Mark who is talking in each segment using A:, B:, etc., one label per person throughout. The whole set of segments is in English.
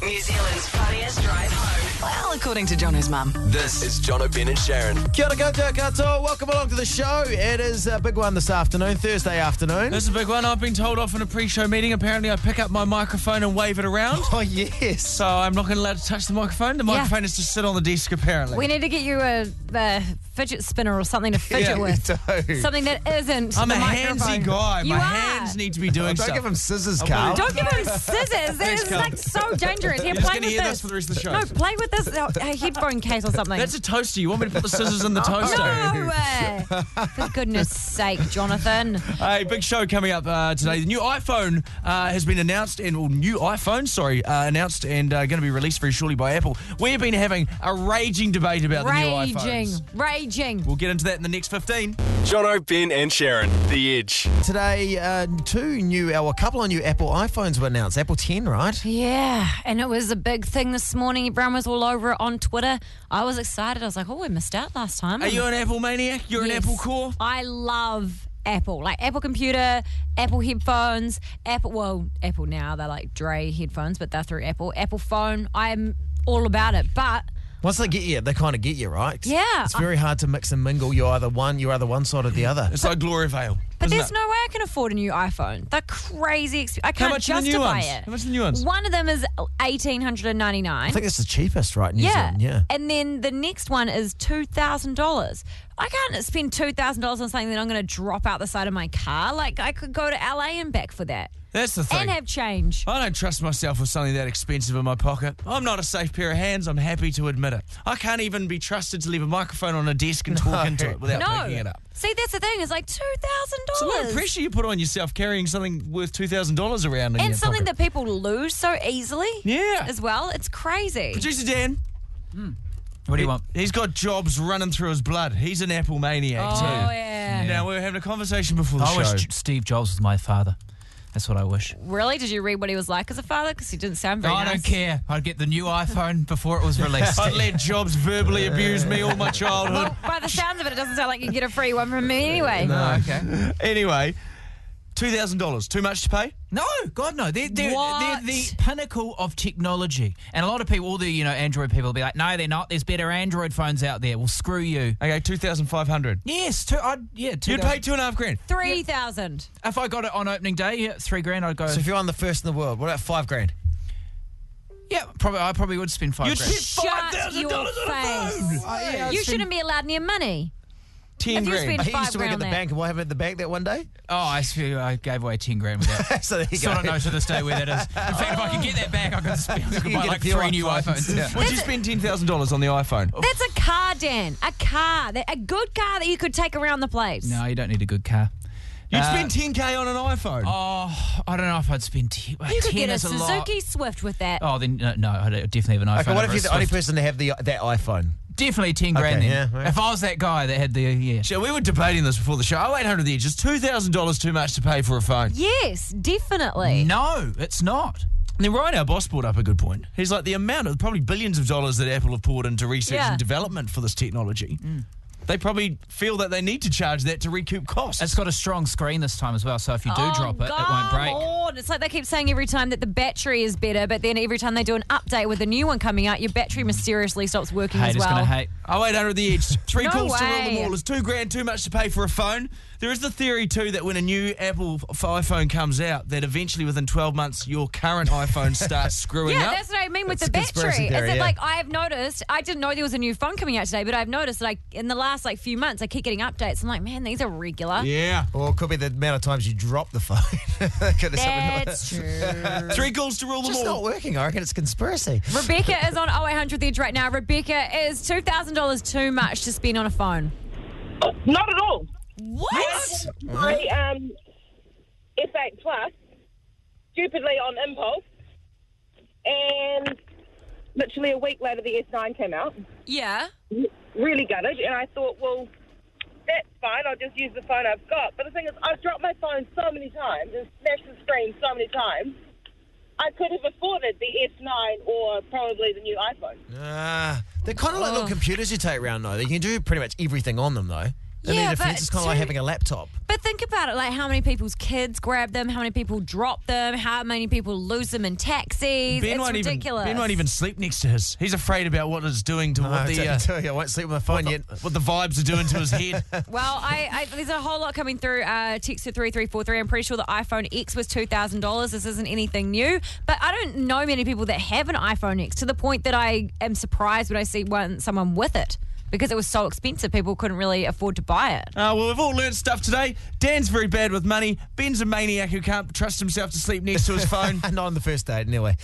A: New Zealand's funniest drive home. Well, according to Jono's mum.
B: This is John O'Brien and Sharon.
C: Kia ora koutou katoa. Welcome along to the show. It is a big one this afternoon, Thursday afternoon.
D: This is a big one. I've been told off in a pre-show meeting. Apparently, I pick up my microphone and wave it around.
C: Oh, yes.
D: So I'm not allowed to touch the microphone. The microphone is to sit on the desk, apparently.
E: We need to get you a, a fidget spinner or something to
D: Yeah,
E: fidget with.
C: Dude.
E: Something that isn't.
D: I'm
E: the
D: a handsy
E: microphone.
D: guy.
E: You
D: my
E: are.
D: hands need to be doing
C: Don't
D: stuff.
C: give him
E: Oh,
C: scissors, Carl.
E: Don't give him scissors. That is
D: Carl.
E: like so dangerous. Here,
D: You're just
E: play
D: gonna
E: with
D: hear this for the rest of the show.
E: No, play with this uh, a headphone case or something.
D: That's a toaster. You want me to put the scissors in the toaster?
E: no way. For goodness sake, Jonathan.
D: A big show coming up uh, today. The new iPhone uh, has been announced, and or new iPhone, sorry, uh, announced and uh, going to be released very shortly by Apple. We've been having a raging debate about the new
E: Raging.
D: iPhones.
E: Raging.
D: Well get into that in the next 15.
B: John O'Brien and Sharon, The Edge.
C: Today, uh, two new, or a couple of new Apple iPhones were announced. Apple 10, right?
E: Yeah, and it was a big thing this morning. Everyone was all over it on Twitter. I was excited. I was like, oh, we missed out last time.
D: Are you an Apple maniac? You're an
E: Yes.
D: Apple core.
E: I love Apple, like Apple computer, Apple headphones, Apple. Well, Apple now they're like Dre headphones, but they're through Apple. Apple phone. I'm all about it, but
C: Once they get you, they kind of get you, right?
E: Yeah.
C: It's very hard to mix and mingle. You're either one, you're either one side or the other.
D: It's like Glory Vale.
E: but
D: isn't
E: there's
D: it?
E: no way I can afford a new iPhone. They're crazy. Exp- I can't
D: much are the new
E: justify
D: ones?
E: it.
D: How much are the new ones?
E: One of them is eighteen hundred and ninety nine.
C: I think it's the cheapest, right? in New
E: Yeah.
C: Zealand, yeah.
E: And then the next one is two thousand dollars. I can't spend two thousand dollars on something that I'm going to drop out the side of my car. Like I could go to LA and back for that,
D: That's the thing.
E: and have change.
D: I don't trust myself with something that expensive in my pocket. I'm not a safe pair of hands, I'm happy to admit it. I can't even be trusted to leave a microphone on a desk and talk into it without
E: No.
D: picking it up.
E: See, that's the thing. It's like two thousand
D: It's a lot of
E: dollars.
D: pressure you put on yourself carrying something worth $2,000 around in
E: And
D: your
E: something
D: pocket.
E: that people lose so easily.
D: Yeah.
E: As well, it's crazy.
D: Producer Dan.
F: What do you want?
D: He's got jobs running through his blood. He's an Apple maniac,
E: oh
D: too.
E: yeah.
D: Now, we were having a conversation before the
F: I
D: show.
F: wish J- Steve Jobs was my father. That's what I wish.
E: Really? Did you read what he was like as a father? Because he didn't sound very
F: I
E: nice.
F: don't care. I'd get the new iPhone before it was released.
D: I'd let Jobs verbally abuse me all my childhood.
E: By the sounds of it, it doesn't sound like you get a free one from me anyway.
F: Oh, okay.
D: Anyway, $2,000. Too much to pay?
F: No, God, no. They're, they're, they're
E: What?
F: the pinnacle of technology. And a lot of people, all the you know, Android people, will be like, no, they're not. There's better Android phones out there. Well, screw you.
D: Okay, 2500
F: Yes, two, I'd, yeah, two.
D: You'd pay two and a half grand.
E: Three thousand.
F: if I got it on opening day, yeah, three grand. I'd go.
C: So if you're on the first in the world, what about five grand?
F: yeah, probably. I probably would spend 5
D: You'd
F: grand.
D: spend five
E: Shut
D: thousand
E: your
D: dollars on a phone.
E: face. You shouldn't be allowed near money.
D: Ten
E: If you
D: grand.
E: spend-
C: He used
E: Five
C: to work at
E: grand
C: the
E: there.
C: bank, and what happened at the bank that one day?
F: oh, I, swear I gave away ten grand with that.
C: so there you
F: Still
C: go.
F: don't know to this day where that is. In fact, if I can get that back, I can, spend, I
C: can
F: can buy
C: get a
F: like
C: few
F: three new
C: iPhones.
F: iPhones.
C: Yeah.
D: Would you spend ten thousand dollars on the iPhone?
E: That's a car, Dan. A car. That- A good car that you could take around the place.
F: No, you don't need a good car.
D: You'd
F: Uh,
D: spend ten k on an iPhone.
F: Oh, I don't know if I'd spend ten.
E: You could
F: 10
E: get a
F: is lot.
E: Suzuki Swift with that.
F: Oh, then no, no, I'd definitely have an iPhone.
C: Okay, what if
F: over
C: you're
F: a
C: the only
F: Swift.
C: person to have the that iPhone?
F: Definitely ten grand.
C: Okay,
F: then.
C: yeah, right.
F: If I was that guy that had the yeah,
D: So we were debating this before the show. Oh, eight hundred the edge. Is two thousand dollars too much to pay for a phone?
E: Yes, definitely.
F: no, it's not.
D: And then Ryan, our boss, brought up a good point. He's like the amount of probably billions of dollars that Apple have poured into research
E: Yeah. Mm.
D: and development for this technology. They probably feel that they need to charge that to recoup costs.
F: It's got a strong screen this time as well, so if you do
E: Oh,
F: drop it, it
E: come
F: won't break.
E: on. It's like they keep saying every time that the battery is better, but then every time they do an update with a new one coming out, your battery mysteriously stops working as
F: Haters
E: well.
F: gonna hate.
D: Oh, 800 the edge. Three
E: No
D: calls to rule them
E: way.
D: all. Is two grand too much to pay for a phone? There is the theory, too, that when a new Apple f- iPhone comes out, that eventually within 12 months, your current iPhone starts screwing
E: Yeah,
D: up.
E: that's what I mean with
C: It's
E: the
C: a conspiracy
E: battery. Is
C: theory,
E: it
C: yeah.
E: like I have noticed? I didn't know there was a new phone coming out today, but I've noticed that I, in the last like few months, I keep getting updates. I'm like, man, these are regular.
D: yeah.
C: Or it could be the amount of times you drop the phone. Could have something-
E: That's true.
D: Three calls to rule them
C: Just not
D: all.
C: working. I reckon it's conspiracy.
E: Rebecca is on 0800 The Edge right now. Rebecca is $2,000 too much to spend on a phone.
G: Not at all.
E: What?
G: My um, S8 Plus, stupidly on impulse, and literally a week later the S9 came out.
E: Yeah.
G: Really gutted, and I thought, well, that's fine. I'll just use the phone I've got. But the thing is, I've dropped my phone so many times and smashed the screen so many times. I could have afforded the S9 or probably the new iPhone.
C: Ah, they're kind of like
E: Oh.
C: little computers you take around, though. You can do pretty much everything on them, though. And
E: Yeah,
C: then
E: but
C: it's kind of like
E: two-
C: having a laptop.
E: But But think about it like how many people's kids grab them, how many people drop them, how many people lose them in taxis.
D: Ben
E: it's
D: won't
E: ridiculous.
D: even Ben won't even sleep next to his. He's afraid about what it's doing to
C: I,
D: what the uh,
C: I won't sleep on the phone yet.
D: what the vibes are doing to his head.
E: Well, I, I there's a whole lot coming through. Uh, text to three three four three. I'm pretty sure the iPhone X was two thousand dollars. This isn't anything new, but I don't know many people that have an iPhone X to the point that I am surprised when I see one someone with it because it was so expensive. People couldn't really afford to buy it.
D: Uh, well, we've all learnt stuff today. Dan's very bad with money. Ben's a maniac who can't trust himself to sleep next to his phone.
C: Not on the first date, anyway.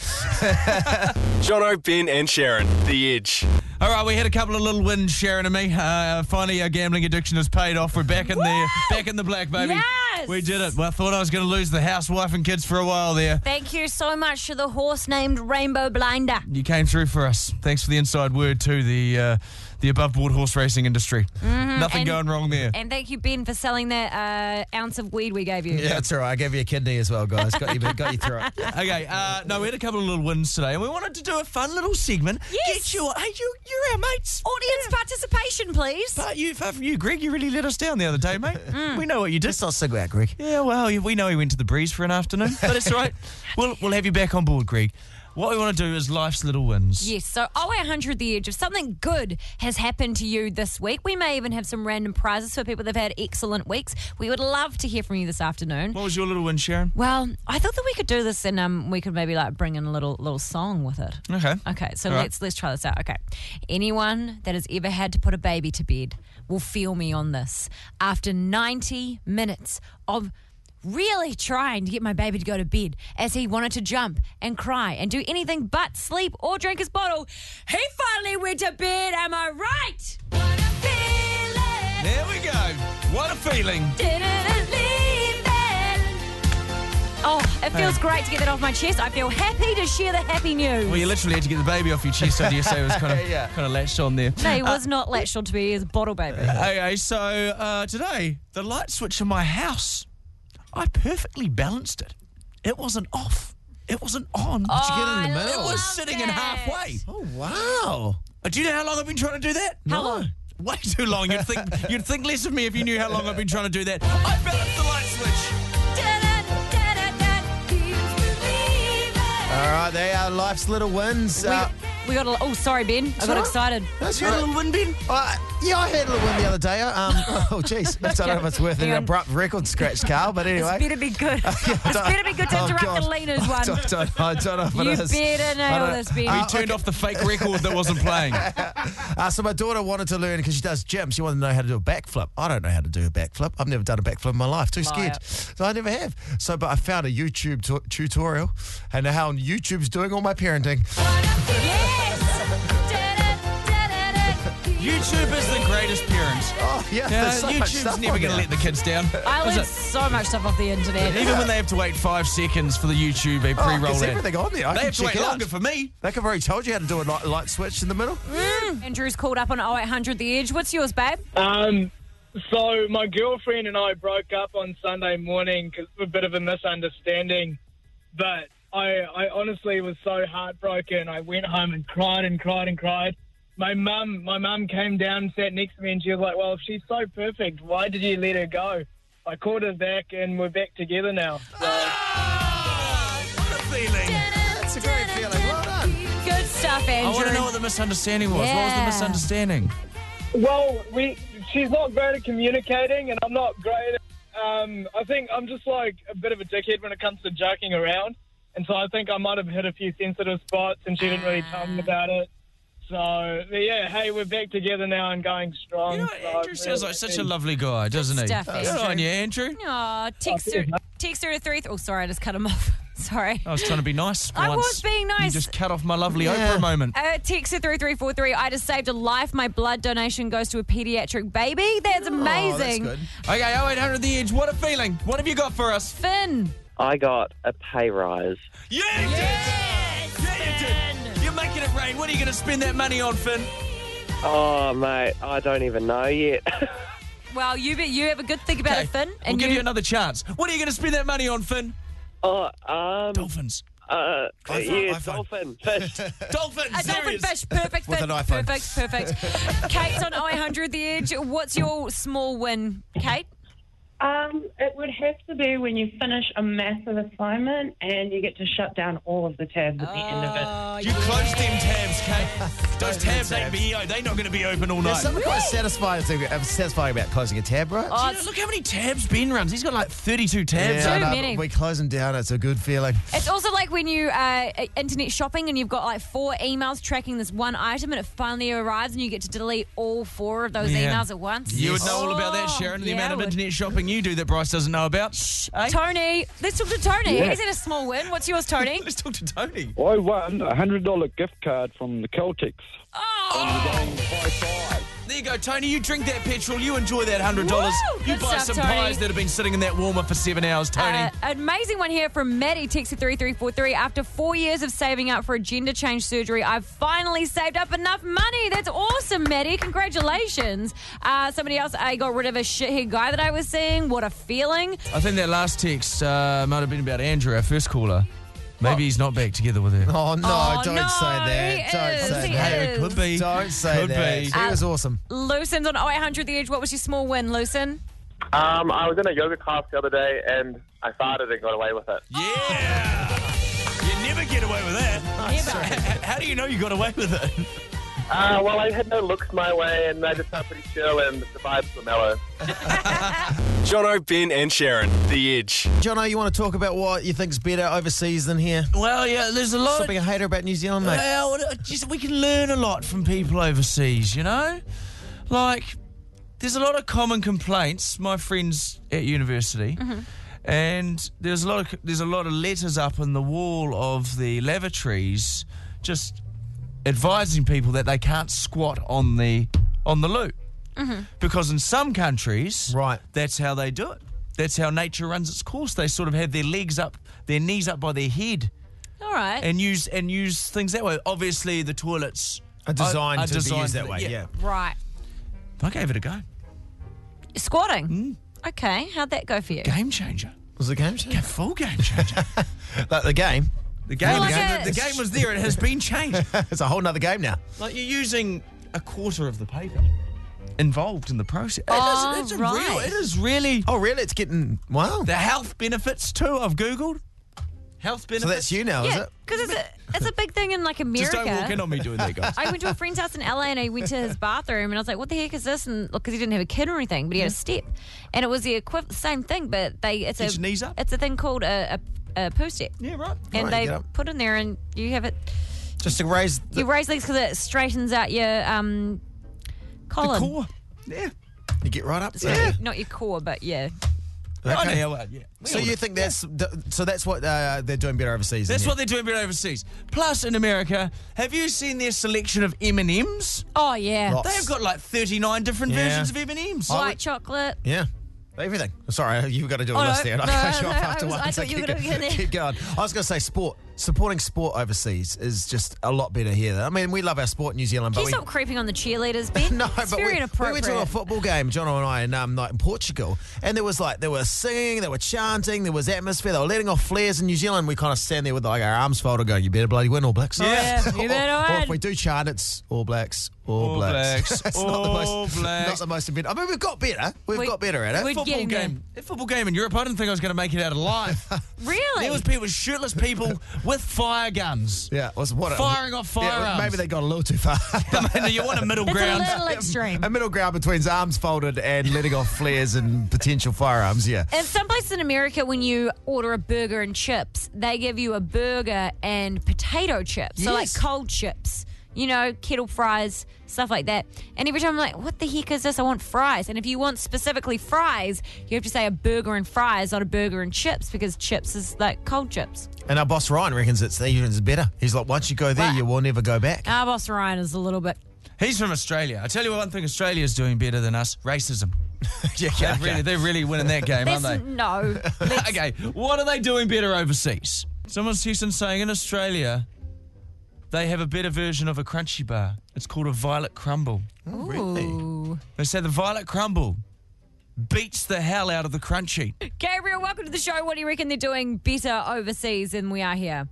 B: Jono, Ben, and Sharon, The Edge.
D: All right, we had a couple of little wins, Sharon and me. Uh, finally, our gambling addiction has paid off. We're back in the back in the black, baby.
E: Yes!
D: we did it. Well, I thought I was going to lose the house, wife, and kids for a while there.
E: Thank you so much to the horse named Rainbow Blinder.
D: You came through for us. Thanks for the inside word to the uh, the above board horse racing industry. Nothing
E: Mm-hmm. and-
D: going wrong there.
E: And thank you, Ben, for selling that uh, ounce of weed we gave you.
C: That's all right. I gave you a kidney as well, guys. Got you, got you through it.
D: Okay, uh, no, we had a couple of little wins today, and we wanted to do a fun little segment.
E: Yes.
D: Get your, hey, you, you're our mates.
E: Audience participation, please.
D: But you, far from you, Greg, you really let us down the other day, mate.
E: Mm.
D: We know what you did.
C: Just not sig out, Greg.
D: Yeah, well, you- we know you went to the breeze for an afternoon, but it's all right. We'll, we'll have you back on board, Greg. What we want to do is life's little wins.
E: Yes, so 0800 The Edge. If something good has happened to you this week, we may even have some random prizes for people that have had excellent weeks. We would love to hear from you this afternoon.
D: What was your little win, Sharon?
E: Well, I thought that we could do this and um, we could maybe like bring in a little little song with it.
D: Okay.
E: Okay, so
D: All right.
E: let's let's try this out. Okay. Anyone that has ever had to put a baby to bed will feel me on this. After 90 minutes of really trying to get my baby to go to bed as he wanted to jump and cry and do anything but sleep or drink his bottle, he finally went to bed. Am I right? What a feeling.
D: There we go. What a feeling.
E: Didn't leave it. Oh, it feels great to get that off my chest. I feel happy to share the happy news.
D: Well, you literally had to get the baby off your chest, so do you say it was kind of,
C: Yeah.
D: kind of latched on there.
E: No, he was not latched onto me. He was a bottle baby.
D: Okay, so uh, today, the light switch in my house, I perfectly balanced it. It wasn't off. It wasn't on.
E: Did you get in the Oh, I
D: It
E: middle?
D: was
E: love
D: sitting in
E: it.
D: halfway.
C: Oh, wow.
D: Uh, Do you know how long I've been trying to do that?
E: How long?
D: Way too long. You'd think you'd think less of me if you knew how long I've been trying to do that. I balanced the light switch.
C: All right, they are life's little wins. Uh,
E: We, we got a. Oh, sorry, Ben. I got
C: all right.
E: excited.
C: that's
D: You
C: all
D: had
C: right.
D: a little win, Ben?
C: Uh, yeah, I had a little win the other day. I, Um, oh, jeez. I don't know if it's worth an
E: Hang on.
C: abrupt record scratch, Carl, but
E: This
C: anyway.
E: better be good. this
C: don't-
E: better be good to
C: Oh,
E: interrupt
C: God.
E: the leaders
C: I
E: one.
C: don't, don't- I don't know if it
E: You
C: is.
E: better
C: I
E: nail
C: don't-
E: this, Ben.
D: We turned off the fake record that wasn't playing.
C: Uh, so my daughter wanted to learn because she does gym. She wanted to know how to do a backflip. I don't know how to do a backflip. I've never done a backflip in my life. Too scared.
E: Liar.
C: So I never have. So, but I found a YouTube tu- tutorial and how YouTube's doing all my parenting.
E: yes.
D: YouTube is the greatest parent.
C: Oh yeah,
D: Yeah,
C: there's so much
D: YouTube's
C: stuff
D: never
C: on
D: going
C: there.
D: to let the kids down.
E: I
D: Is
E: learned
D: it?
E: so much stuff off the internet.
D: Even when they have to wait five seconds for the YouTube they
C: Oh,
D: pre-roll
C: there's
D: ad.
C: everything on there. I
D: They
C: can
D: have to
C: check
D: wait
C: it out.
D: longer for me.
C: They could have already told you how to do a light, light switch in the middle.
E: Andrew's called up on 0800 The Edge. What's yours, babe?
H: Um, so my girlfriend and I broke up on Sunday morning because of a bit of a misunderstanding. But I, I honestly was so heartbroken. I went home and cried and cried and cried. My mum, my mum came down and sat next to me, and she was like, "Well, if she's so perfect, why did you let her go?" I called her back, and we're back together now. So.
D: What a feeling.
C: That's a great feeling. Well done.
E: Good stuff,
D: I want
E: Andrew.
D: to know what the misunderstanding was. What was the
E: Yeah.
D: misunderstanding?
H: Well, we she's not great at communicating, and I'm not great. At, um, I think I'm just like a bit of a dickhead when it comes to joking around, and so I think I might have hit a few sensitive spots, and she didn't really tell
D: Ah.
H: me about it. So but yeah, hey, we're back together now and going strong.
D: You know,
H: so
D: Andrew sounds like such a
H: really-
D: lovely guy, doesn't he?
E: stuff,
D: Good on
E: Andrew.
D: you, Andrew.
E: Aw, text
C: Oh,
E: her, text her to three. Oh, sorry, I just cut him off. sorry.
D: I was trying to be nice.
E: I
D: once.
E: was being
D: Oh, You
E: nice.
D: just cut off my lovely
C: Yeah.
D: Oprah moment.
E: Uh, text to 3343. I just saved a life. My blood donation goes to a pediatric baby. That's
C: Oh, that's
E: amazing.
C: good.
D: Okay, 0800 The Edge, what a feeling. What have you got for us?
E: Finn.
I: I got a pay rise.
D: Yeah, you did. Yeah, you did. You're making it rain. What are you going to spend that money on, Finn?
I: Oh, mate, I don't even know yet.
E: Well, you be, you have a good think about
D: Okay,
E: it, Finn.
D: we'll give you another chance. What are you going to spend that money on, Finn?
I: oh, um,
D: Dolphins.
I: uh,
C: iPhone,
I: yeah,
C: iPhone.
I: dolphin fish.
D: Dolphins.
E: a dolphin
D: serious.
E: fish. Perfect.
C: With
E: Finn.
C: an iPhone.
E: Perfect. Perfect. Kate's on 0800 The Edge. What's your small win, Kate?
J: Um, it would have to be when you finish a massive assignment and you get to shut down all of the tabs at the end of
K: Oh.
J: it.
D: You closed them tabs, Kate. Those tabs ain't be they're not going to be open all
C: There's
D: night.
C: something quite satisfying, to, uh, satisfying about closing a tab, right?
E: Oh,
D: You know,
E: it's,
D: look how many tabs Ben runs. He's got like 32 tabs.
E: Too
C: I know,
E: many.
C: but We close them down. It's a good feeling.
E: it's also like when you uh, internet shopping and you've got like four emails tracking this one item and it finally arrives and you get to delete all four of those
D: Yeah.
E: emails at once.
D: You would
E: Yes.
D: know all about that,
E: Oh,
D: Sharon, and the
E: yeah,
D: amount
E: I
D: of
E: would.
D: internet shopping you do that Bryce doesn't know about. Shh.
E: Tony, let's talk to Tony. He's in a small win. What's yours, Tony?
D: Let's talk to Tony.
L: I won a hundred dollar gift card from the Celtics.
E: Oh!
D: There you go, Tony. You drink that petrol. You enjoy that $100.
E: Woo!
D: you
E: Good
D: buy
E: stuff,
D: some
E: Tony.
D: pies that have been sitting in that warmer for seven hours, Tony.
E: Uh, amazing one here from Maddie, texted 3343. After four years of saving up for a gender change surgery, I've finally saved up enough money. That's awesome, Maddie. Congratulations. Uh, somebody else, I got rid of a shithead guy that I was seeing. What a feeling.
D: I think that last text uh, might have been about Andrew, our first caller. Maybe he's not back together with her.
C: Oh, no,
E: Oh,
C: don't
E: no,
C: say that.
E: he
C: Don't
E: is,
C: say
E: he
C: that.
E: is. Uh, Could
D: be.
C: Don't say
D: Could
C: that.
D: be.
C: He was awesome.
E: Lucin's on 0800 The Edge. What was your small win, Lucin?
I: Um, I was in a yoga class the other day and I farted and got away with it.
D: Yeah! You never get away with that. How do you know you got away with it?
I: Uh, well, I had no looks my way and I just felt pretty chill and the vibes were mellow.
B: Jono, Ben, and Sharon. The Edge.
C: Jono, you want to talk about what you think's better overseas than here?
D: Well, yeah, there's a lot.
C: Stop being a hater about New Zealand, mate.
D: Well, uh, just, we can learn a lot from people overseas, you know? Like, there's a lot of common complaints, my friends at university. And there's a lot of there's a lot of letters up on the wall of the lavatories just advising people that they can't squat on the on the loo. Because in some countries,
C: Right.
D: that's how they do it. That's how nature runs its course. They sort of have their legs up, their knees up by their head
E: All right.
D: and use and use things that way. Obviously, the toilets
C: Are designed to be used that
D: th-
C: way, yeah.
E: right.
D: I gave it a go.
E: Squatting.
D: Hmm.
E: Okay. How'd that go for you?
D: Game changer.
C: Was the game changed?
D: A full game changer.
C: Like the game.
D: the game,
E: Well, like
D: the,
E: a-
D: the game was there. It has been changed.
C: It's a whole nother game now.
D: like you're using a quarter of the paper involved in the process.
E: Oh,
D: it is, it's a real.
E: right.
D: It is really
C: Oh, really? It's getting wow.
D: the health benefits too. I've googled health benefits.
C: so that's you now, is
E: yeah,
C: it?
E: because it's a, it's a big thing in like America.
D: Just don't walk in on me doing that, guys.
E: I went to a friend's house in LA and I went to his bathroom and I was like, "What the heck is this?" And because he didn't have a kid or anything, but he had a step, and it was the equiv- same thing, but they it's
D: Get
E: a
D: your knees up.
E: It's a thing called a, a, a poo step,
D: yeah, right.
E: and
C: Right,
E: they
C: get up.
E: put in there and you have it.
C: Just to raise the,
E: You raise legs because it straightens out your um colon,
D: Core. Yeah.
C: you get right up.
E: Sorry,
C: there.
E: not your core, but yeah.
D: I
E: Oh,
C: Okay.
D: know, uh, yeah.
C: So you think that's th- so that's what uh, they're doing better overseas?
D: That's
C: than
D: what they're doing better overseas. Plus, in America, have you seen their selection of M and M's?
E: Oh yeah,
C: Lots.
D: They've got like thirty-nine different
C: Yeah.
D: versions of M and M's.
E: white chocolate.
C: here. Yeah. Everything. Sorry, you've got to do a
E: Oh, no.
C: list there. And
E: No,
C: I cut you off
E: no,
C: after
E: I was-
C: one.
E: I
C: so
E: thought you
C: keep
E: were gonna
C: go-
E: get there.
C: Keep going. I was going to say sport. Supporting sport overseas is just a lot better here. I mean, we love our sport in New Zealand, but
E: Can you
C: we
E: stop creeping on the cheerleaders, Ben?
C: No,
E: it's
C: but
E: very
C: we, we
E: inappropriate.
C: went to a football game, John and I, and um, like in Portugal, and there was like they were singing, they were chanting, there was atmosphere, they were letting off flares in New Zealand. We kind of stand there with like our arms folded, going, "You better bloody win, All Blacks."
D: Yeah,
E: Oh, you better
C: or, or
E: win.
C: if we do chant, it's All Blacks, All,
D: All Blacks,
C: it's
D: All
C: not the most,
D: Blacks.
C: not the most inventive. I mean, we've got better. We've
E: We-
C: got better at it.
E: we-
D: football
E: getting there.
D: game. That football game in Europe. I didn't think I was going to make it out alive.
E: really?
D: there was people, shirtless people with fire guns.
C: yeah, it was what a-
D: Firing off
C: yeah,
D: firearms.
C: maybe they got a little too far.
D: I mean, you want a middle
E: That's a
D: ground?
E: little extreme.
C: a middle ground between arms folded and letting off flares and potential firearms. Yeah.
E: In some places in America, when you order a burger and chips, they give you a burger and potato chips. So, like
C: Yes.
E: cold chips, you know, kettle fries, stuff like that. And every time I'm like, what the heck is this? I want fries. And if you want specifically fries, you have to say a burger and fries, not a burger and chips, because chips is like cold chips.
C: And our boss Ryan reckons it's even better. He's like, once you go there,
E: Right.
C: you will never go back.
E: Our boss Ryan is a little bit.
D: He's from Australia. I tell you one thing, Australia's doing better than us. Racism.
C: yeah,
D: They're really, they're really winning that game, aren't
E: That's,
D: they?
E: no. Let's-
D: okay, what are they doing better overseas? Someone's texting saying in Australia, they have a better version of a crunchy bar. It's called a violet crumble.
E: Ooh.
D: They say the violet crumble beats the hell out of the crunchy.
E: Gabriel, welcome to the show. What do you reckon they're doing better overseas than we are here?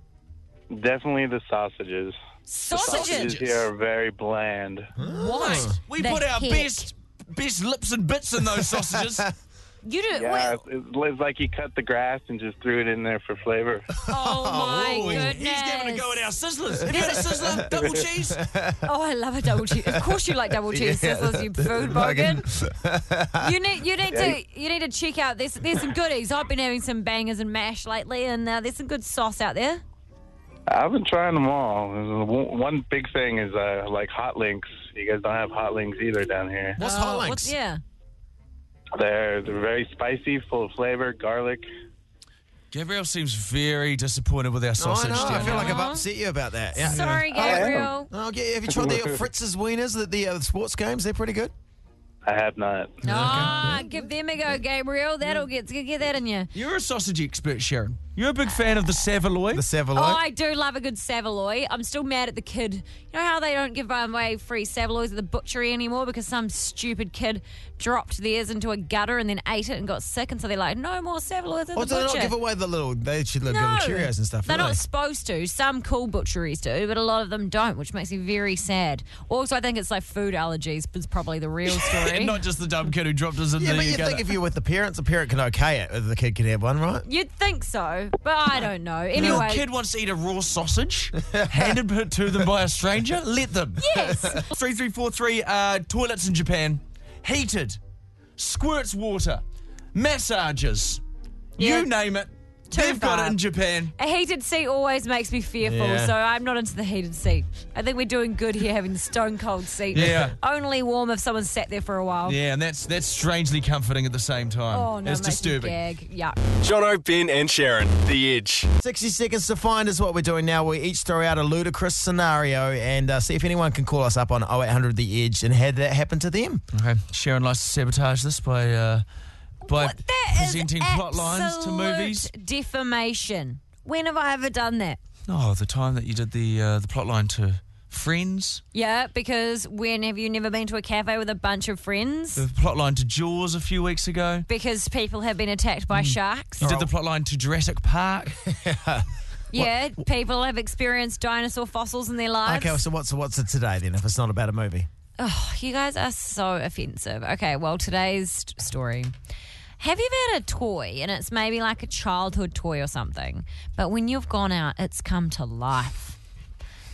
L: Definitely the sausages.
E: Sausages.
L: here are very bland.
D: Why? We
E: The
D: put our
E: heck?
D: best best lips and bits in those sausages.
E: You do.
L: Yeah, it's, it's like he cut the grass and just threw it in there for flavor.
E: Oh my
D: Oh, he's-
E: goodness!
D: he's having a go at our sizzlers. Have you
E: There's
D: had a sizzler? Double cheese?
E: Oh, I love a double cheese. Of course, you like double cheese
C: Yeah.
E: sizzlers, you food bogan. You need you need
C: Yeah.
E: to you need to check out. There's there's some goodies. I've been having some bangers and mash lately, and uh, there's some good sauce out there.
L: I've been trying them all. One one big thing is uh, like hot links. You guys don't have hot links either down here.
E: Uh, What's hot links? yeah.
L: They're they're very spicy, full of flavor, garlic.
D: Gabriel seems very disappointed with our sausage.
C: I know. I
D: dinner.
C: feel like I've upset you about that. Yeah.
E: Sorry,
C: Yeah.
E: Gabriel.
C: Oh, yeah, have you tried the uh, Fritz's wieners at the uh, sports games? They're pretty good.
L: I have not.
E: Ah, give them a go, Gabriel. That'll get get that in you.
D: You're a sausage expert, Sharon. You're a big fan of the Savaloy. The
C: Savaloy.
E: Oh, I do love a good saveloy. I'm still mad at the kid. You know how they don't give away free saveloys at the butchery anymore because some stupid kid dropped theirs into a gutter and then ate it and got sick, and so they're like, no more saveloys at
C: Oh,
E: the
C: do they not
E: butcher.
C: give away the little? They should little
E: No.
C: Cheerios and stuff.
E: They're
C: don't
E: not
C: they?
E: supposed to. Some cool butcheries do, but a lot of them don't, which makes me very sad. Also, I think it's like food allergies is probably the real story.
D: and not just the dumb kid who dropped us in
C: Yeah,
D: the
C: but you
D: gutter.
C: think if you're with the parents, the parent can okay it. The kid can have one, right?
E: You'd think so, but I don't know.
D: Little
E: Anyway,
D: kid wants to eat a raw sausage handed it to them by a stranger. Let them.
E: Yes.
D: 3343 uh, toilets in Japan. Heated. Squirts water. Massages. You name it. They've got
E: far.
D: it in Japan.
E: a heated seat always makes me fearful,
D: Yeah.
E: so I'm not into the heated seat. I think we're doing good here having the stone cold seat.
D: Yeah.
E: Only warm if someone's sat there for a while.
D: Yeah, and that's that's strangely comforting at the same time.
E: Oh, no,
D: it's
E: it makes me
D: disturbing.
E: Gag. Yeah.
B: Jono, Ben, and Sharon, The Edge.
C: 60 seconds to find is what we're doing now. We each throw out a ludicrous scenario and uh, see if anyone can call us up on 0800 The Edge and had that happen to them.
D: Okay, Sharon likes to sabotage this by uh, by presenting plot lines to
E: Absolute
D: movies.
E: Defamation. When have I ever done that?
D: Oh, the time that you did the uh, the plot line to Friends,
E: Yeah, because when have you never been to a cafe with a bunch of friends?
D: the plot line to Jaws a few weeks ago.
E: Because people have been attacked by sharks.
D: You Mm. did the plot line to Jurassic Park.
E: Yeah, people have experienced dinosaur fossils in their lives.
C: Okay, well, so what's what's it today then if it's not about a movie?
E: Oh, you guys are so offensive. Okay, well, today's st- story. Have you ever had a toy and it's maybe like a childhood toy or something, but when you've gone out, it's come to life?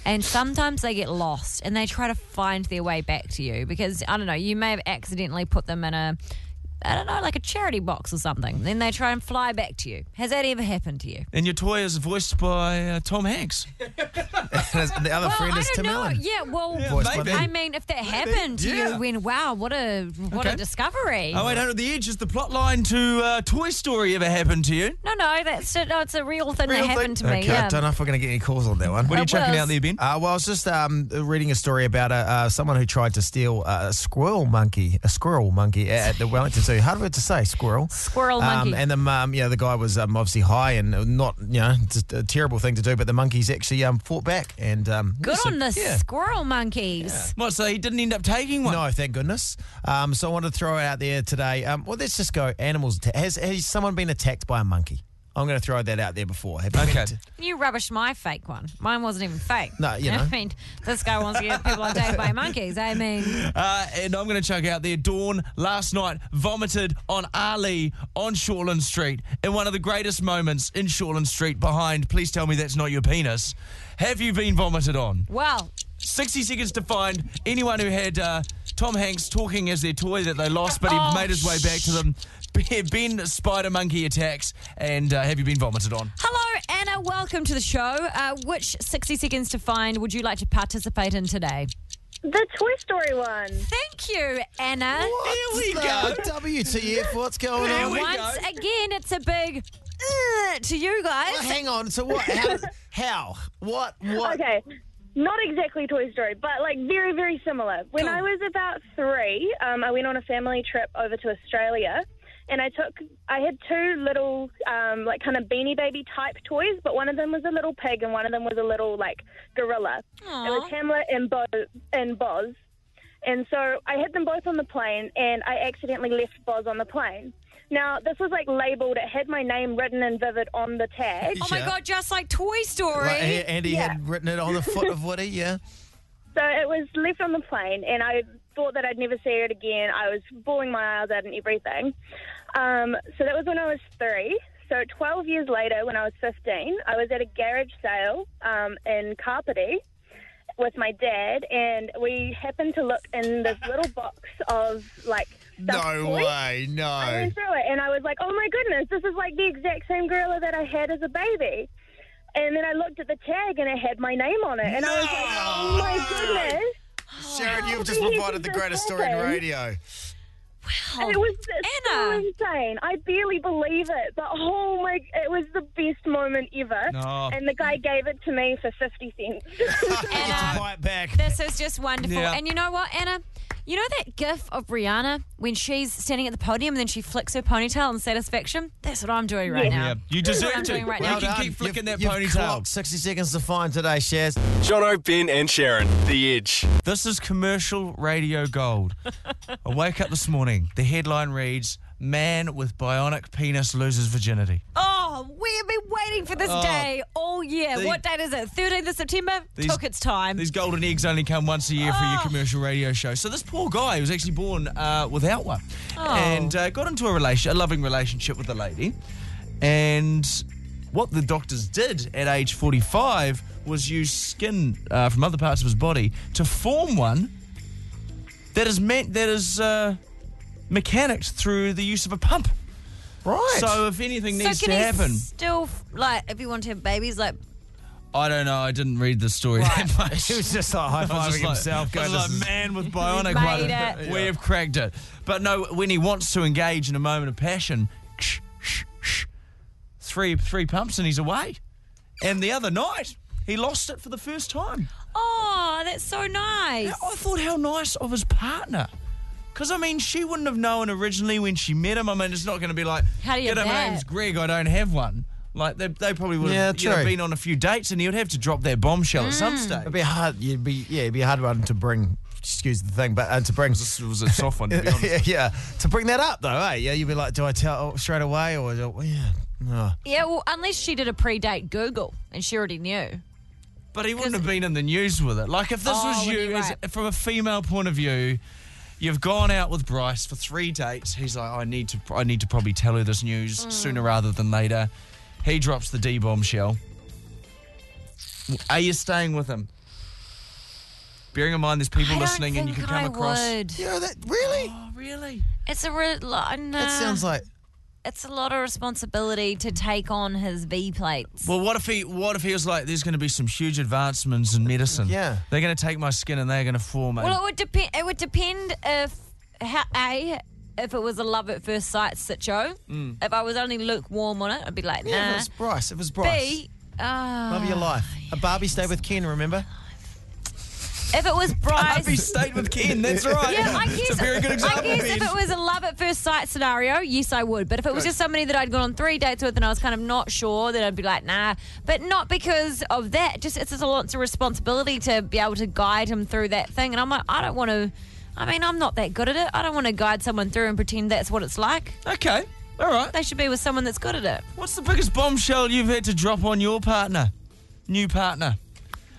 E: And sometimes they get lost and they try to find their way back to you because, I don't know, you may have accidentally put them in a, I don't know, like a charity box or something. Then they try and fly back to you. Has that ever happened to you?
D: and your toy is voiced by uh, Tom Hanks.
C: the other friend is
E: I
C: Tim
E: don't know.
C: Allen.
E: Yeah, well,
D: Yeah, Voiced by maybe. them.
E: I mean, if that happened to
D: Yeah.
E: you, when wow, what a what
D: Okay.
E: a discovery!
D: Oh, wait, under the edge is the plot line to uh, Toy Story ever happened to you?
E: No, no, that's it. No, it's a real thing that happened to me.
C: Okay,
E: yeah.
C: I don't know if we're going to get any calls on that one.
D: What are you
E: It
D: chucking
E: was.
D: out there, Ben?
C: Uh, well, I was just um, reading a story about a, uh, someone who tried to steal uh, a squirrel monkey, a squirrel monkey at the Wellington Zoo. Hard word to say, squirrel.
E: Squirrel monkey.
C: Um, and the um, yeah, the guy was um, obviously high and not you know it's a terrible thing to do, but the monkeys actually um, fought back and um,
E: Good
C: yeah, so-
E: on the
C: yeah.
E: squirrel monkeys.
D: What, so he didn't end up taking one?
C: No, thank goodness. Um, so I wanted to throw it out there today. Um, well, let's just go animals. atta- has, has someone been attacked by a monkey? I'm going to throw that out there before. Have you been
D: Okay.
C: att-
E: You rubbished my fake one. Mine wasn't even fake.
C: No, you know.
E: I mean, this guy wants to get people attacked by monkeys. I mean,
D: Uh, and I'm going to chuck out there. Dawn last night vomited on Ali on Shoreland Street in one of the greatest moments in Shoreland Street behind Please Tell Me That's Not Your Penis. Have you been vomited on?
E: well,
D: 60 seconds to find anyone who had uh, Tom Hanks talking as their toy that they lost, but he
E: Oh,
D: made his way back to them. Ben Spider Monkey attacks, and uh, have you been vomited on?
E: hello, Anna. Welcome to the show. Uh, which 60 seconds to find would you like to participate in today?
K: The Toy Story one.
E: Thank you, Anna. Uh,
C: What
D: we
C: the
D: go.
C: WTF? What's going on?
E: Once again, it's a big uh, to you guys.
C: Well, hang on. So what? How? how what? What?
K: Okay. Not exactly Toy Story, but like very, very similar. When I was about three, um, I went on a family trip over to Australia, and I took I had two little um, like kind of beanie baby type toys, but one of them was a little pig and one of them was a little like gorilla. It was Hamlet and Bo and Boz, and so I had them both on the plane, and I accidentally left Boz on the plane. Now this was like labeled; it had my name written in vivid on the tag.
E: Oh my
C: Yeah.
E: god, just like Toy Story.
C: Like, A- Andy had written it on the foot of Woody. Yeah.
K: So it was left on the plane, and I thought that I'd never see it again. I was bawling my eyes out and everything. Um, so that was when I was three. So 12 years later, when I was 15, I was at a garage sale um, in Carpety with my dad, and we happened to look in this little box of like stuffed
C: No
K: toys.
C: way,
K: I
C: no.
K: went through it and I was like, oh my goodness, this is like the exact same gorilla that I had as a baby. And then I looked at the tag and it had my name on it. And I was like, oh my goodness.
C: Sharon,
K: How
C: you've just
K: did
C: provided the
K: this
C: greatest story in
K: happen?
C: radio.
K: And it was so insane. I barely believe it, but oh my, it was the best moment ever.
C: No.
K: And the guy gave it to me for 50 cents.
C: Fight back.
E: um, This is just wonderful.
K: Yeah.
E: And you know what, Anna? You know that gif of Rihanna when she's standing at the podium and then she flicks her ponytail in satisfaction? That's what I'm doing right now.
D: Yeah, you
E: That's
D: deserve
E: what I'm
D: to.
E: doing right
D: You
E: now.
D: can keep flicking that ponytail.
C: clocked 60 seconds to find today, Shaz.
B: Jono, Ben, and Sharon, The Edge.
D: This is commercial radio gold. I wake up this morning. The headline reads Man with bionic penis loses virginity.
E: Oh, we have been waiting for this
D: Oh.
E: day all year.
D: The-
E: what date is it? 13th of September?
D: These-
E: Took its time.
D: These golden eggs only come once a year for
E: Oh.
D: your commercial radio show. So this poor guy was actually born uh, without one,
E: Oh.
D: and uh, got into a relation, a loving relationship with a lady. And what the doctors did at age 45 was use skin uh, from other parts of his body to form one that is meant that is uh, mechanicked through the use of a pump.
C: Right.
D: So if anything
E: so
D: needs
E: can
D: to
E: he
D: happen,
E: still, f- like, if you want to have babies, like,
D: I don't know. I didn't read the story that much.
C: He was just like
D: I was
C: high-fiving
D: just like-
C: himself.
D: I was
C: going,
D: like,
C: "This is-
D: man with bionic
E: made
D: one.
E: it."
D: We have cracked it. But no, when he wants to engage in a moment of passion, ksh, ksh, ksh, three three pumps and he's away. And the other night, he lost it for the first time.
E: oh, that's so nice.
D: I thought how nice of his partner. Because, I mean, she wouldn't have known originally when she met him. I mean, it's not going to be like,
E: How do you
D: get him, my
E: bet?"
D: name's Greg, I don't have one. Like, they, they probably would
C: Yeah,
D: have you know,
C: true.
D: been on a few dates and he would have to drop that bombshell at
E: Mm.
D: some stage.
C: It'd be hard. You'd be yeah. It'd be a hard one to bring. Excuse the thing, but uh, to bring
D: It was a soft one, to be honest.
C: yeah, yeah, to bring that up though, eh? Yeah, you'd be like, do I tell oh, straight away or do- yeah? no.
E: Yeah, well, unless she did a pre date Google and she already knew.
D: But he wouldn't have been in the news with it. Like if this
E: Oh,
D: was
E: would he?
D: you, as, from a female point of view, you've gone out with Bryce for three dates. He's like, I need to, I need to probably tell her this news
E: Mm.
D: sooner rather than later. He drops the D bombshell. Are you staying with him? Bearing in mind, there's people
E: I don't
D: listening, and you can
E: think
D: come
E: I
D: across.
E: Would.
C: Yeah, that really.
D: Oh, really?
E: It's a real. Nah,
C: That
K: Uh,
C: sounds like
E: It's a lot of responsibility to take on his V plates.
D: Well, what if he? What if he was like, "There's going to be some huge advancements in medicine.
C: Yeah.
D: they're going to take my skin and they're going to form a
E: Well, it would depend. It would depend if how, a if it was a love at first sight sitcho.
C: Mm.
E: If I was only lukewarm on it, I'd be like, nah.
C: yeah. If it was Bryce. If it was Bryce.
E: Uh, B. Uh,
C: Love your life. A Barbie stayed with Ken. Remember?
E: If it was Bryce,
D: Barbie stayed with Ken. That's right.
E: Yeah, I guess,
D: It's a very good example.
E: I guess
D: Ben.
E: if it was a love at first sight scenario, yes, I would. But if it was
D: Good.
E: just somebody that I'd gone on three dates with and I was kind of not sure, then I'd be like, nah. But not because of that. Just it's just a lot of responsibility to be able to guide him through that thing. And I'm like, I don't want to. I mean, I'm not that good at it. I don't want to guide someone through and pretend that's what it's like.
D: Okay. All right.
E: They should be with someone that's good at it.
D: What's the biggest bombshell you've had to drop on your partner? New partner?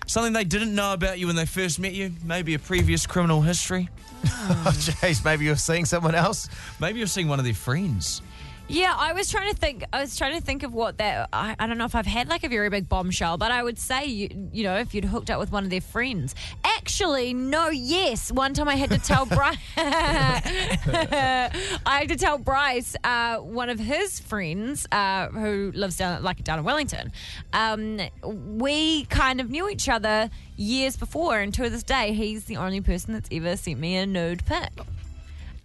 D: Something they didn't know about you when they first met you? Maybe a previous criminal history?
C: Oh, jeez. Maybe you're seeing someone else.
D: Maybe you're seeing one of their friends.
E: Yeah, I was trying to think. I was trying to think of what that. I, I don't know if I've had like a very big bombshell, but I would say you, you know if you'd hooked up with one of their friends. Actually, no. Yes, one time I had to tell Bryce. I had to tell Bryce uh, one of his friends uh, who lives down like down in Wellington. Um, we kind of knew each other years before, and to this day, he's the only person that's ever sent me a nude pic.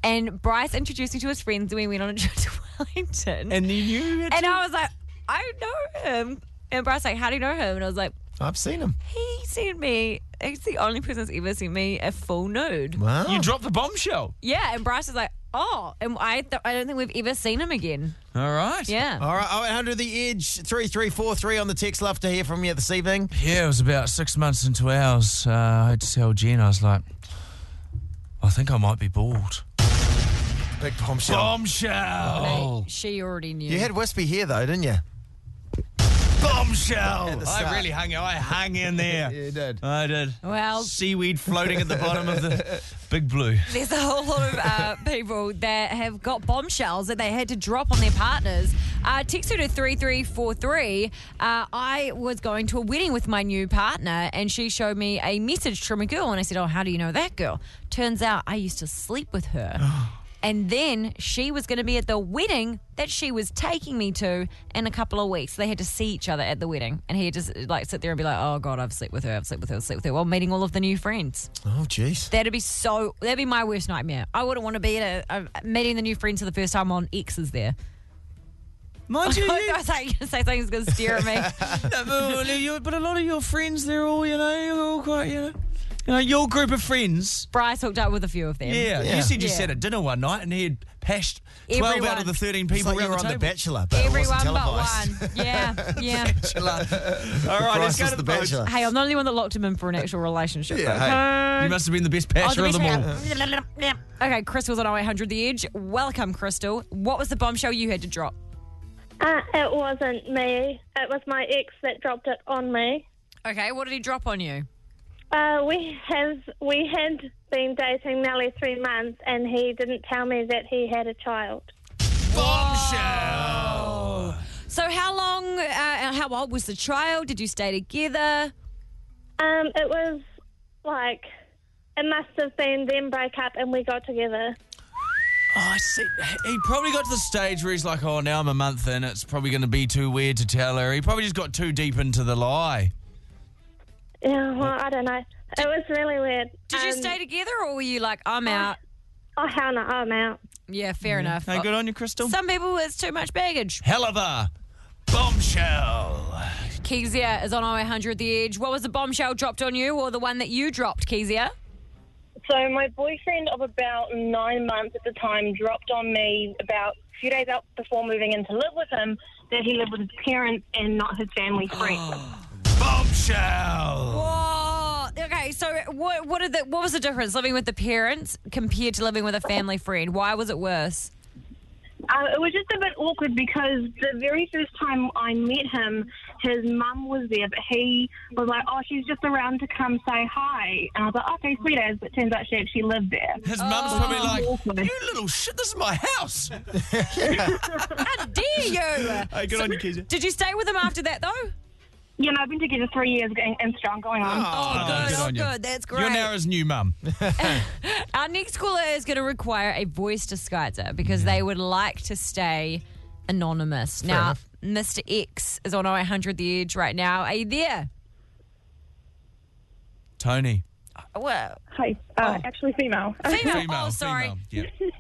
E: And Bryce introduced me to his friends, and we went on a trip to Wellington.
D: And you knew it?
E: And I was like, I know him. And Bryce like, how do you know him? And I was like,
C: I've seen him.
E: he sent me. He's the only person that's ever sent me a full nude.
C: Wow.
D: You dropped the bombshell.
E: Yeah. And Bryce was like, oh. And I, th- I don't think we've ever seen him again.
D: All right.
E: Yeah.
C: All right, 0800 The Edge 3343 on the text. Love to hear from you this evening.
D: Yeah, it was about six months into ours. Uh, I had to tell Jen, I was like, I think I might be bald.
C: Big bombshell.
D: Bombshell!
E: Mate, she already knew.
C: You had wispy hair though, didn't you?
D: Bombshell! I
E: start.
D: really hung. I hung in there. you did. I did.
E: Well-
D: seaweed floating at the bottom of the big blue.
E: There's a whole lot of uh, people that have got bombshells that they had to drop on their partners. Uh, text her to 3343. Uh, I was going to a wedding with my new partner and she showed me a message from a girl and I said, Oh, how do you know that girl? Turns out I used to sleep with her. And then she was going to be at the wedding that she was taking me to in a couple of weeks. They had to see each other at the wedding, and he had to s- like sit there and be like, "Oh God, I've slept with her, I've slept with her, I've slept with her," while meeting all of the new friends.
C: Oh, jeez.
E: That'd be so. That'd be my worst nightmare. I wouldn't want to be at a, a meeting the new friends for the first time on exes there.
D: Mind you, you-
E: I was like, gonna say something's gonna stare at me.
D: No, but, you- but a lot of your friends, they're all, you know, you're all quite, you know. You know, your group of friends.
E: Bryce hooked up with a few of them.
D: Yeah, you said you
E: Yeah.
D: sat at dinner one night and he had pashed 12 out of
E: Everyone.
D: the 13
E: It's
D: people
C: like you
D: around
C: were on The
D: table.
C: Bachelor, but it wasn't
E: Everyone
C: televised.
E: but one. Yeah, yeah.
D: All right,
C: Price
D: let's go
C: is
D: to
C: the
D: the
C: bachelor.
E: Hey, I'm the only one that locked him in for an actual relationship.
D: Yeah,
E: okay?
D: hey, you must have been the best pasher
E: Oh,
D: of
E: the
D: them all.
E: best- Okay, Crystal's on 0800 The Edge. Welcome, Crystal. What was the bombshell you had to drop?
K: Uh, it wasn't me. It was my ex that dropped it on me.
E: Okay, what did he drop on you?
K: Uh, we have we had been dating nearly three months, and he didn't tell me that he had a child.
E: Bombshell! So, how long, uh, and how old was the child? Did you stay together?
K: Um, it was like it must have been them break up, and we got together.
D: Oh, I see. He probably got to the stage where he's like, oh, now I'm a month in. It's probably going to be too weird to tell her. He probably just got too deep into the lie.
K: Yeah, well, I don't know. It was really weird.
E: Did you
K: Um,
E: stay together or were you like, I'm out?
K: Oh hell no, I'm out.
E: Yeah, fair enough.
D: Hey, good on you, Crystal.
E: Some people, it's too much baggage.
D: Hell of a bombshell.
E: Kezia is on 0800 The Edge. What was the bombshell dropped on you or the one that you dropped, Kezia?
M: So my boyfriend of about nine months at the time dropped on me about a few days out before moving in to live with him that he lived with his parents and not his family friends.
E: Oh.
D: Bombshell.
E: Whoa. Okay, so what what, are the, what was the difference living with the parents compared to living with a family friend? Why was it worse?
M: Uh, it was just a bit awkward because the very first time I met him, his mum was there, but he was like, "Oh, she's just around to come say hi," and I was like, "Okay, sweet as," but turns out she actually lived there.
D: His mum's probably like, you little shit, this is my house.
E: How dare you?
D: Hey, good on you, Kezia.
E: Did you stay with him after that though?
M: You know, I've been together three years and, and strong going on.
E: Oh,
D: Oh,
E: good,
D: good
E: oh,
D: on you.
E: good. That's
D: You're
E: great.
D: now his new mum.
E: Our next caller is going to require a voice disguiser because they would like to stay anonymous.
A: Fair
E: now,
A: enough.
E: Mr. X is on 0800 The Edge right now. Are you there?
D: Tony.
E: Well,
N: Hi. Uh, Actually, female.
E: Oh. Female. Oh, sorry.
D: Female. Yeah.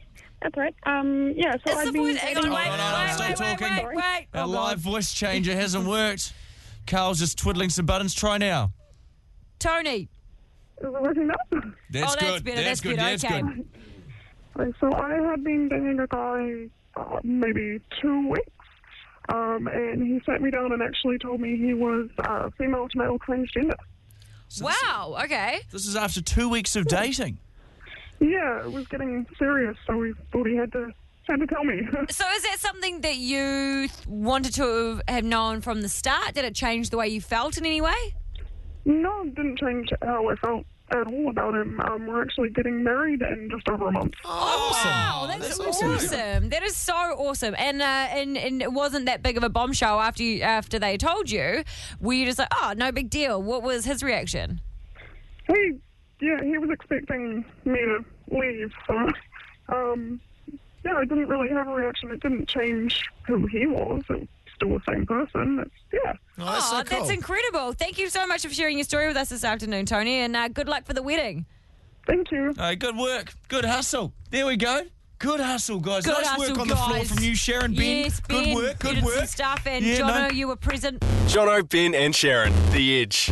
N: That's right. Um, yeah. So I've been.
E: Hang on, wait, wait, wait, wait, wait, wait.
D: Our
E: Oh,
D: live
E: God.
D: voice changer hasn't worked. Carl's just twiddling some buttons. Try now.
E: Tony.
D: That's
E: oh, that's
D: good.
E: better.
D: That's
E: That's,
D: good.
E: better.
D: That's
E: okay.
D: good.
N: Right, So I have been dating a guy uh, maybe two weeks, um, and he sat me down and actually told me he was uh, female to male transgender.
E: Wow. Okay.
D: This is after two weeks of dating.
N: Yeah, it was getting serious, so we thought he had to had to tell me.
E: So, is that something that you th- wanted to have known from the start? Did it change the way you felt in any way?
N: no, it didn't change how I felt at all about him. Um, we're actually getting married in just over a month.
E: Oh, Wow, that's, awesome. That is so awesome. And uh, and and it wasn't that big of a bombshell after you after they told you. Were you just like, oh, no big deal? What was his reaction?
N: He, yeah, he was expecting me to leave, so, um, yeah, I didn't really have a reaction. It didn't change who he was. It was still the same person. It's, yeah.
E: oh, that's incredible. Thank you so much for sharing your story with us this afternoon, Tony. And uh, good luck for the wedding.
N: Thank you.
D: Hey, good work. Good hustle. There we go. Good hustle, guys.
E: Good
D: nice
E: hustle,
D: work on the floor
E: guys.
D: from you, Sharon. Ben.
E: Yes,
D: Good
E: Ben,
D: work.
E: you
D: Good
E: did some
D: work.
E: stuff. And
D: Yeah,
E: Jono,
D: no.
E: you were present.
B: Jono, Ben, and Sharon, The Edge.